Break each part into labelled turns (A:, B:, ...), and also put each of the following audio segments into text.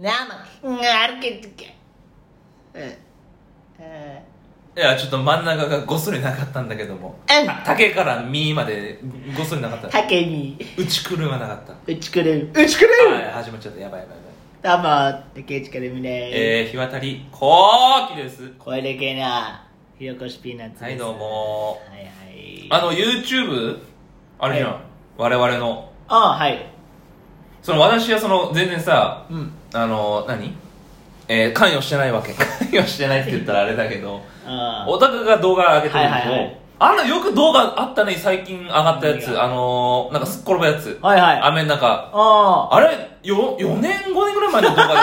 A: 生歩けとけうんうん
B: いやちょっと真ん中がごっそりなかったんだけども
A: うん
B: あ竹から実までごっそりなかった
A: 竹に
B: 打ちくるまなかった
A: 打ちくれる打ちくれ
B: は
A: る
B: い始まっちゃったやばいやばいやばい
A: どうも竹内くるみです、
B: えー、日渡りこーきです
A: 声でけえなひよこしピーナッツです
B: はいどう
A: は
B: も
A: いはい
B: あの YouTube あれじゃん、
A: はい
B: 我々の
A: あはい
B: その私はその全然さ
A: うん
B: あの何えー、関与してないわけ 関与してないって言ったらあれだけど
A: あ
B: オタクが動画上げてるんでし
A: はい
B: ょ、
A: はいはい
B: あのよく動画あったね最近上がったや
A: 何
B: つ
A: が
B: あのー、なんかすっ転ぶやつ、
A: はいはい
B: 雨の中
A: ああ
B: あれよ4年5年ぐらい前の動画 でし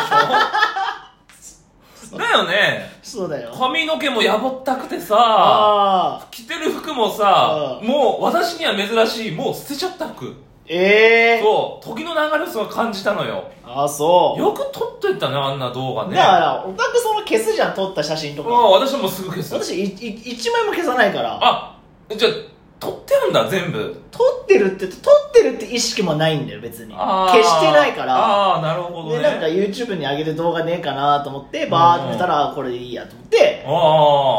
B: ょだよね
A: そうだよ
B: 髪の毛もやぼったくてさ
A: ああ
B: 着てる服もさ
A: うん
B: もう私には珍しいもう捨てちゃった服
A: ええ
B: そう時の流れをすごい感じたのよ
A: ああそう
B: よく撮っといたねあんな動画ね
A: だからオタクその消すじゃん撮った写真と
B: う
A: か
B: ん私はもうすぐ消す
A: 私いい一枚も消さないから
B: あじゃあ撮ってるんだ全部
A: 撮ってるって撮ってるって意識もないんだよ別に
B: あー
A: 消してないから
B: ああなるほど
A: で
B: ね
A: なんか YouTube に上げる動画ねえかなと思ってバーって見たらこれでいいやと思ってあ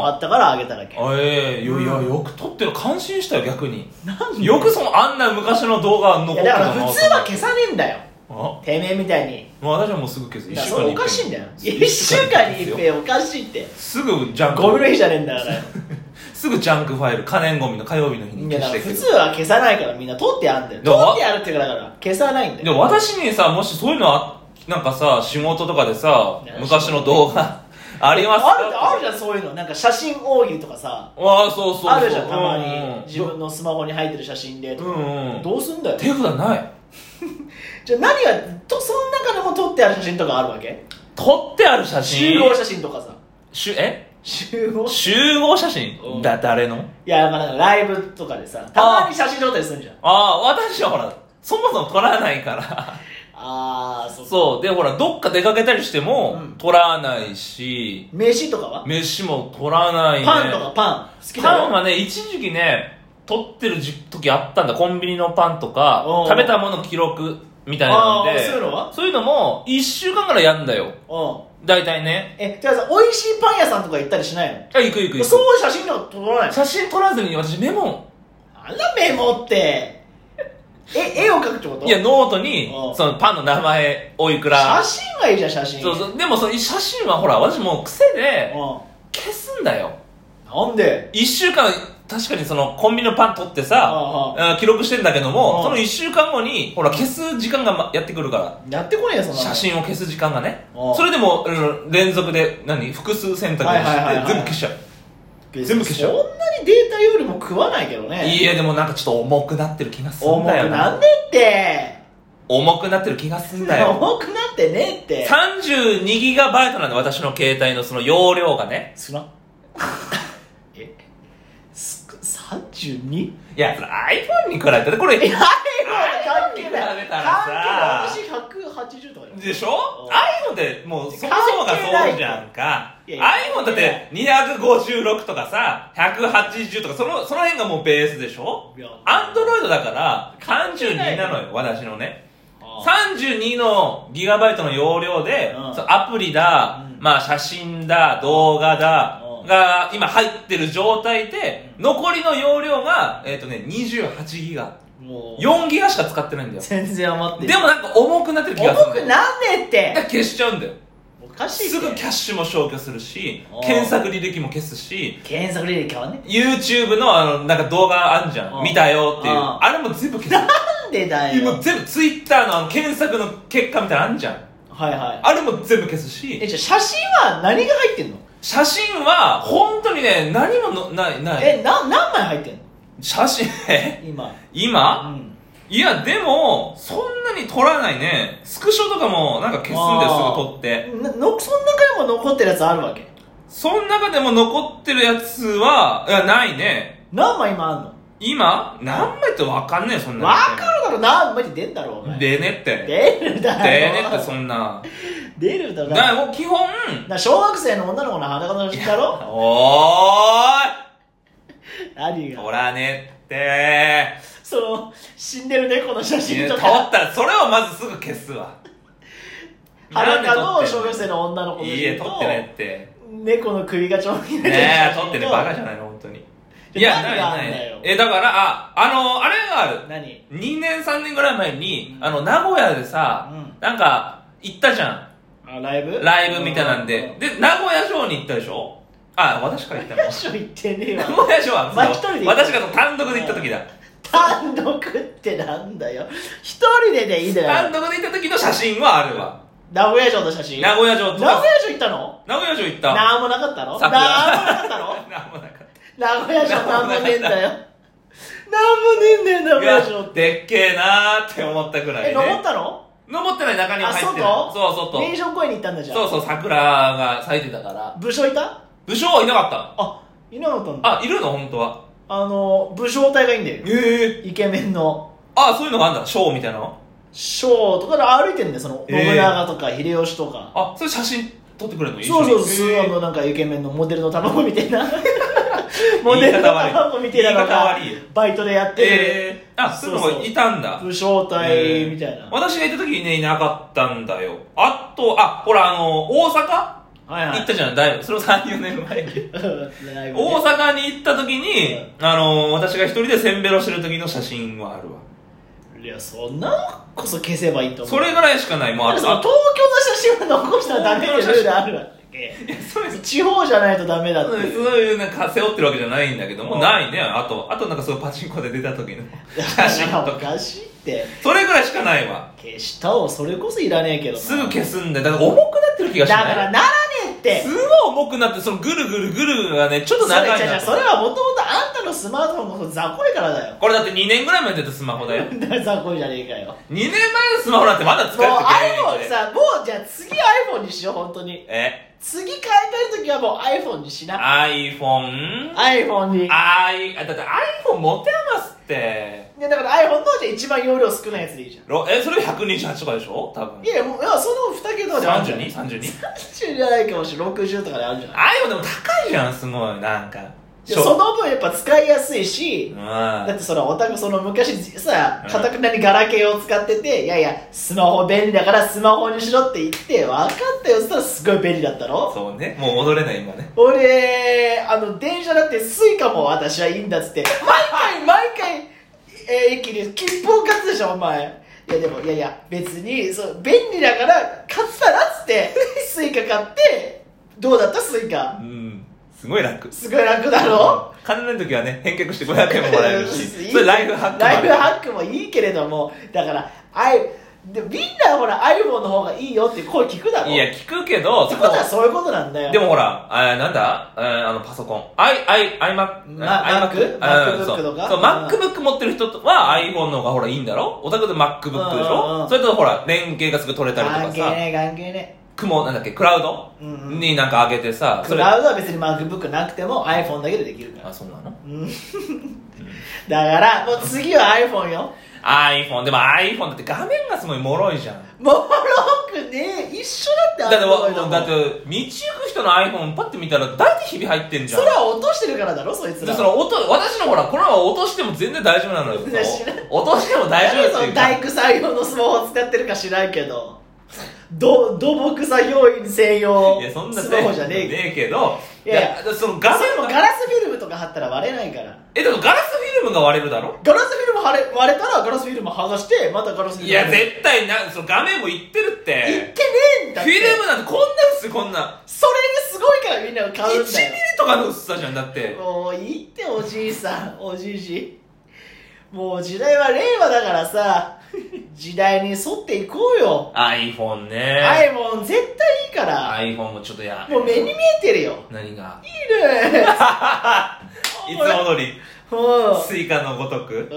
B: ああ
A: ったから上げただけ
B: あええいやいや
A: うん
B: よく撮ってる感心したよ逆に
A: なん
B: よくそのあんな昔の動画残っ
A: い
B: て
A: や
B: た
A: だ
B: な
A: から普通は消さねえんだよ
B: あ
A: てめえみたいに
B: もう私はもうすぐ消す
A: だ
B: 一
A: から
B: 週
A: そ
B: 間
A: れお
B: に一回
A: かしいんだよ1週間に一遍おかしいって
B: すぐジャンク
A: ゴミの日じゃねえんだからよ
B: すぐジャンクファイル可燃ゴミの火曜日の日
A: い
B: に
A: や
B: 消
A: だから
B: していく
A: 普通は消さないからみんな取ってあるんだよ
B: でも
A: 取ってあるってからだから消さないんだ
B: で
A: よ
B: も私にさもしそういうのあなんかさ仕事とかでさ
A: いや
B: 昔の 動画あります
A: あ
B: か
A: るあるじゃんそういうのなんか写真大喜利とかさ
B: わあそうそうそう
A: あるじゃんたま
B: うんう
A: に
B: ん
A: 自分のスマホに入ってる写真でとか
B: うんうん
A: どうすんだよ
B: 手札ない
A: じゃあ何がとその中でも撮ってある写真とかあるわけ
B: 撮ってある写真
A: 集合写真とかさ
B: しゅえ
A: 集合い
B: 集合写
A: う
B: 真
A: ん
B: だ誰の
A: やまあなんかライブとかでさたまに写真撮ったりするじゃん
B: ああー私はほらそもそも撮らないから
A: ああそう
B: そうでほらどっか出かけたりしても、
A: うん
B: 撮らないし
A: 飯とかは
B: 飯も撮らないね
A: パンとかパン好きだ
B: パン
A: よ
B: はね一時期ね取ってる時時あったんだコンビニのパンとか
A: おう
B: 食べたもの記録みたいなの
A: あ
B: で
A: ーそういうのは
B: そういうのも1週間ぐらいやんだよ
A: うん
B: 大体ね
A: えじゃあさ美味しいパン屋さんとか行ったりしないの
B: あ行く行く行
A: そ
B: く
A: う写真とか撮らないの
B: 写真撮らずに私メモ
A: あらメモってえ絵を描くってこと
B: いやノートに
A: おう
B: そのパンの名前おいくら
A: 写真はいいじゃん写真
B: そうそうでもその写真はほら私もう癖で
A: う
B: 消すんだよ
A: ん、なんで
B: 1週間確かにそのコンビニのパン取ってさ
A: ああ
B: あー記録してんだけども
A: おう
B: その1週間後にほら消す時間がまやってくるから
A: やってこねえよそんなの
B: 写真を消す時間がね
A: ああ
B: それでも、うん連続で何複数選択を
A: はいはいはい
B: し
A: は
B: て
A: い
B: 全部消しち
A: 別に
B: ゃう、全部消しちゃう
A: そんなにデータよりも食わないけどね
B: い、やでもなんかちょっと重くなってる気がすん
A: 重く
B: だよな
A: なんねって
B: 重くなってる気がすんだよ
A: 重くなってねって
B: 32ギガバイトなんで私の携帯のその容量がね
A: 少な えすく 32?
B: いやそれ iPhone に比べたらこれ
A: え iPhone 関係ない
B: 関係ない
A: 関係ない私180とかだよ
B: でし
A: う
B: ょ
A: ん
B: iPhone ってもうそもそもがそうじゃんか
A: 関係ない
B: iPhone だって256とかさ180とかそのその辺がもうベースでしょ
A: いや
B: アンドロイドだから
A: 関係な
B: 32
A: い
B: なのよ私のね
A: ああ
B: 32のギガバイトの容量で、
A: うん
B: そのアプリだ、
A: うん
B: まあ写真だ、動画だ、
A: うん
B: が今入ってる状態で、
A: う
B: 残りの容量が、えっ、とね、28ギガ。
A: もう
B: 4ギガしか使ってないんだよ。
A: 全然余ってる
B: でもなんか重くなってる気がする
A: 重
B: んだ
A: く
B: よ。
A: なんねっ
B: だか
A: て
B: ら消しちゃうんだよ。
A: おかしい
B: す
A: って
B: ぐキャッシュも消去するし
A: うん、
B: 検索履歴も消すし、
A: 検索履歴変わんね
B: YouTube のあの、なんか動画あんじゃ。
A: うんん
B: 見たよっていう。
A: うん
B: あれも全部消す。
A: なんでだよ
B: もう全部 Twitter のあの検索の結果みたいなのあんじゃん。
A: はいはい
B: あれも全部消すし。
A: えじゃあ写真は何が入ってんの
B: 写真は本当にね何ものないない
A: えな何枚入ってんの
B: 写真え
A: 今
B: 今
A: ん
B: いやでもそんなに撮らないねスクショとかもなんか消すんです
A: あー
B: ぐ撮って
A: なのその中でも残ってるやつあるわけ
B: その中でも残ってるやつはいやないね
A: 何枚今あんの
B: 今何枚って分かんねえそんな
A: 分かるだろ何枚って出んだろお前
B: でねって
A: 出る
B: で
A: だ
B: ねって
A: ろ
B: そんな
A: 出るだろ
B: だからもう基本
A: な小学生の女の子の裸の写真だ ろ
B: お
A: 何
B: ーい
A: が
B: 撮らねって
A: その死んでる猫の写
B: い
A: 真
B: や
A: と
B: 撮
A: か
B: ったらそれをまずすぐ消すわ
A: 裸の小学生の女の子
B: いいえ、撮ってない って。
A: 猫の首がちょん切れてる
B: ねえ、撮ってね、バカじゃないの、本当に。い
A: いや
B: や、な
A: 何
B: い
A: があん
B: な
A: だよ
B: い。え、だから、あ、あの、あれがある。
A: 何
B: 2年、3年ぐらい前に
A: う、ん
B: あの、名古屋でさ
A: うん、
B: なんか、行ったじゃん。
A: あライブ
B: ライブみたいなんで
A: う。ん
B: で、名古屋城に行ったでしょあ、私から行ったの。
A: 一緒行ってねえ
B: 名
A: わ
B: 古屋城は、
A: まあ一人で行った
B: 私が単独で行った時だ。
A: 単独ってなんだよ一人ででいいんだ
B: 単
A: よ
B: 独で行った時の写真はあるわ。
A: 名古屋城の写真
B: 名古屋城
A: 名
B: と
A: 古屋
B: か、
A: 城行ったの
B: 名古屋城行った。
A: なんもなかったのなんもな
B: 桜
A: かったの
B: なんもなかっ
A: 名古屋城なんもねえんだよなんもねえんだよ名
B: た。い
A: 古屋城
B: や
A: って
B: でっけえなーって思ったくらい
A: え
B: ね。
A: 登ったの
B: 登ってない中にも入ってる。
A: あ
B: そう、外
A: 名城公園に行ったんだじゃん
B: そうそう、桜が咲いてたから。
A: 武将いた
B: 武将はいなか
A: あいなかったん
B: っ
A: だ
B: た。あ、いるの本当は。
A: あの武将隊がいいんだよ
B: ええ。
A: イケメンの
B: あ、そういうのがあんだ。ショーみたいなの。
A: 将とかで歩いてんだよその
B: えー
A: 信長とか秀吉とか、
B: あ、それ写真撮ってくれるの一
A: そ
B: 緒
A: う
B: に
A: そうそう、
B: へえ
A: あのなんかイケメンのモデルの卵みたいなモデルの卵みたいなの
B: 言い方
A: が
B: 悪い言い方悪
A: バイトでやってる、
B: ええ。あ、そういうのがいたんだ。
A: 武将隊みたいな、
B: 私が行った時にね、いなかったんだよ。あと、あ、ほら、あの、大阪
A: はいはい
B: 行ったじゃん、だいぶ。それも3、4年前に。
A: うん ライブね
B: 大阪に行った時に、あのー私が一人でせんべろしてる時の写真はあるわ
A: いやそんなのこそ消せばいいと思う
B: それぐらいしかないもう
A: だ
B: あ
A: から
B: と
A: その
B: あ
A: 東京の写真は残したらダメってルールあるわけ
B: いやそうです
A: 地方じゃないとダメだっ
B: そ
A: て
B: うですそういうなんか背負ってるわけじゃないんだけども
A: うん
B: ないねあとあとなんかそういうパチンコで出た時の写真
A: だから
B: と
A: お
B: か
A: かしいって
B: それぐらいしかないわ
A: 消したをそれこそいらねえけどな
B: すぐ消すんだよだから重くなってる気が
A: だ
B: しな
A: か
B: い
A: らならねえって
B: すごい重くなってそのぐるぐるぐるがねちょっと長い
A: それじゃ
B: な
A: あそれはもともとあんたのスマートフォンの雑魚いからだよ
B: これだって2年ぐらい前に出たスマホだよ2
A: だから雑魚いじゃねえかよもう
B: 年前のスマホなんてまだ使ってない
A: iPhone さもうじゃあ次 iPhone にしよう本当に
B: え
A: 次買い替える時はもう iPhone にしな
B: iPhone
A: iPhone に
B: あーいあだって iPhone 持て余すって
A: いやだから iPhone のじゃあ一番容量少ないやつでいいじゃん
B: ろえそれ128とかでしょ多分
A: いやいやもういやその2桁であるんじゃない
B: 32?32iPhone
A: 30じゃないかもしれない60とかであるんじゃない
B: でも高いじゃんすごいなんか
A: いやその分やっぱ使いやすいし、
B: うん
A: だってそのオタクその昔さ
B: うん
A: かたくなにガラケーを使ってて、いやいやスマホ便利だからスマホにしろって言って分かったよそしたらすごい便利だったろ
B: そうねもう戻れない今ね
A: 俺あの電車だってスイカも私はいいんだっつって毎回毎回、えー、駅に切符を買つでしょお前いやでもいやいや別にそう便利だから買ったらっつってスイカ買ってどうだったスイカ
B: うんすごい楽
A: すごい楽だろ
B: 金ない時はね返却して500円ももらえる
A: い
B: し
A: い
B: それライフハックもあ
A: ライ
B: る
A: フハックもいいけれどもだからあいでみんなほら iPhone の方がいいよって声聞くだろ
B: いや聞くけど
A: って
B: そ
A: こと
B: こ
A: はそういうことなん だよ
B: でもほら、あーなんだ、えーあのパソコン、i i iMac、
A: ま Mac？
B: iMac？うん
A: MacBook
B: そう
A: とか
B: そう
A: うん
B: MacBook 持ってる人は iPhone の方がほらいいんだろ。オタクで MacBook でし
A: うんうんう
B: ょ。
A: ん
B: それとほら連携がすぐ取れたりと
A: 関
B: か
A: 係
B: さ、
A: ねえ関係ね
B: 雲なんだっけクラウド
A: え、うんうん、
B: になんか上げてさ、
A: ク
B: それ
A: ラ
B: あ
A: ウドは別に MacBook なくても iPhone だけでできるから
B: そうなの。
A: うんだからもう次は iPhone よ
B: iPhone でも iPhone だって画面がすごい脆いじゃん。
A: もろくねえ一緒だ
B: だ
A: っ
B: っててわもうだって
A: て
B: 道行く人の iPhone パッて見たら大体ひび入ってんじゃ
A: そ
B: ん
A: れ。は落としてるからだろそいつ
B: で
A: ら
B: その音私のほらこのまま落としても全然大丈夫なのよ。落
A: いや知らん
B: としても大丈夫っていうか。
A: 大工作業のスマホを使ってるか知らんけどど土木作業員専用
B: いや、そんな
A: スマホじゃねえ
B: ねえけど、
A: いやいや
B: だその
A: ガ
B: ガ
A: ラ
B: ス
A: ス
B: の
A: もガラスフィルムとか貼ったら割れないから
B: え、でもガラスフィルムが割れるだろ
A: ガラスフィルム貼れ割れたらガラスフィルム剥がしてまたガラスフィ
B: い
A: ルム
B: や、絶対な、その画面もいってるっ
A: いってね
B: て。
A: えん
B: フ
A: だっ
B: ィ
A: て
B: ルムなんてこんな薄い、こんな。
A: それですごいからみんな買
B: 1
A: う
B: ミ
A: ん
B: リ
A: だよ
B: とかの薄さじゃん、だって。
A: もういいっておじいさんおじいじもう時代は令和だからさ時代に沿っていこうよ
B: iPhone ね。
A: iPhone 絶対いいから、
B: iPhone もちょっとや。
A: もう目に見えてるよ
B: 何が
A: いいね
B: いつも通り、
A: うん。うん。
B: スイカのごとく。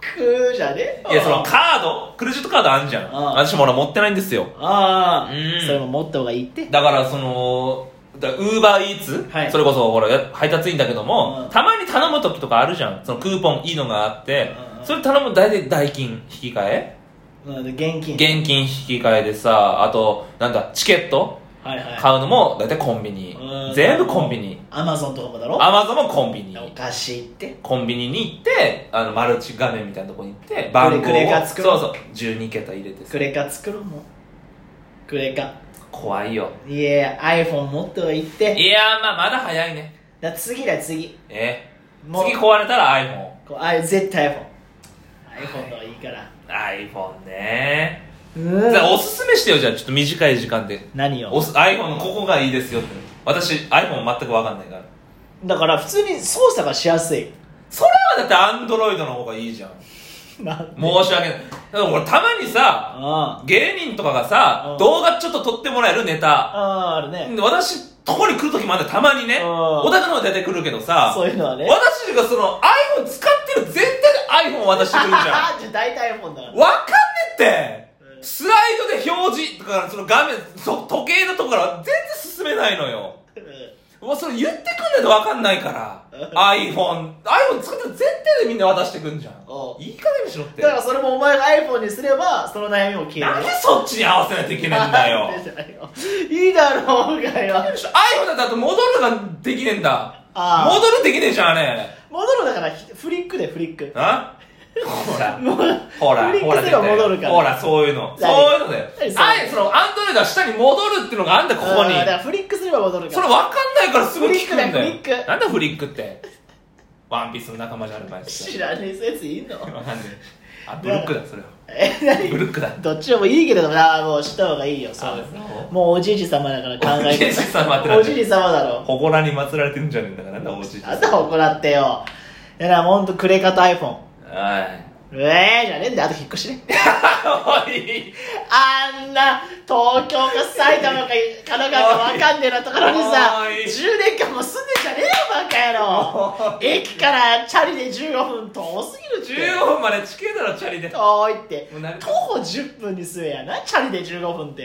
A: くーじゃね
B: いや、そのカードクレジットカードあんじゃん。
A: うん
B: 私もほら持ってないんですよ。
A: ああ、
B: うん
A: それも持った方がいいって。
B: だからそのウーバーイーツ
A: はい
B: それこそほら配達員だけども、
A: うん
B: たまに頼む時とかあるじゃんそのクーポンいいのがあって、
A: うんうん
B: それ頼む大体代金引き換え
A: うん、で現金。
B: 現金引き換えでさあとなんだチケット
A: はいはい。
B: 買うのも大体コンビニ、
A: うん
B: 全部コンビニ
A: アマゾンとかもだろ
B: アマゾンもコンビニ
A: おかしいって。
B: コンビニに行ってあのマルチ画面みたいなとこに行って番号を
A: クレカ作ろ
B: そう
A: う
B: そう12桁入れてさ
A: クレカ作ろうもん。クレカ
B: 怖いよ
A: いや iPhone 持っておいて
B: いやーまあまだ早いね
A: だ次だ次
B: え
A: もう
B: 次壊れたら iPhone
A: こうあ絶対 iPhoneiPhone の方がいいから
B: iPhone ね
A: う
B: じゃあ
A: ん
B: おすすめしてよじゃあちょっと短い時間で
A: 何よ
B: おす iPhone のここがいいですよって私 iPhone 全く分かんないから
A: だから普通に操作がしやすい
B: それはだって Android の方がいいじゃん
A: なんで
B: 申し訳ないだから俺たまにさ
A: あ
B: 芸人とかがさ
A: うん
B: 動画ちょっと撮ってもらえるネ
A: あ
B: タ
A: あああるね
B: 私ここに来る時もあんだよたまにね
A: うん
B: お宅の方出てくるけどさ
A: そういうのはね
B: 私がその iPhone 使ってる全体で iPhone 渡してくるじゃ ん
A: じゃあ大体 iPhone だから
B: わかんねえっ
A: うん
B: てスライドで表示とかその画面そ時計のとこから全然進めないのよもうそれ言ってくんないとわかんないから iPhone iPhone 使ってる全体でみんな渡してくんじゃん
A: おう
B: いい加減にしろって
A: だからそれもお前が iPhone にすればその悩みも消
B: な
A: え
B: ん
A: る
B: でそっちに合わせないといけないんだ よ
A: なんでじゃないよいいだろうがよ
B: iPhone だってあと戻るができねえんだ
A: ああ
B: 戻るできねえじゃんあれ
A: 戻るだからひフリックでフリック
B: あほら
A: もう
B: ほら
A: フリッ
B: ほら
A: クすれ
B: 出たよ
A: ば戻るから
B: ほらそういうのそう
A: 何
B: いうのだよ
A: 何それ
B: あえそのアンドロイドは下に戻るっていうのがあんだよここ
A: う
B: に
A: んだからフリックすれば戻る
B: そ
A: か
B: れ
A: ら
B: 分かんないからすぐ聞くんだよ
A: フリックだよフリック
B: なんだフリックってワンピースの仲間じゃあるまいし
A: 知らねえやついんの
B: 分かんないあブルックだそれは
A: え何
B: ブルックだ
A: どっちでもいいけれどもなもうした方がいいよそう
B: あそ
A: もうおじいじ様だから考えて
B: おじいじ様ってなんだよ
A: おじいじ様だろ
B: 祠に祀られてるんじゃねえんだからなんだおじいちゃ
A: あ
B: ん
A: んた怒らってよいやなほんとクレカと iPhone
B: はい
A: ええじゃねえんだよあと引っ越しね
B: おい
A: あんな東京か埼玉か神奈川か分かんねえなところにさ
B: おい
A: 10年間も住んでんじゃねえよバカ野郎駅からチャリで15分遠すぎるって
B: 15分まで地形だろチャリで
A: 遠いって
B: もう慣れた
A: 徒歩10分にすえやなチャリで15分って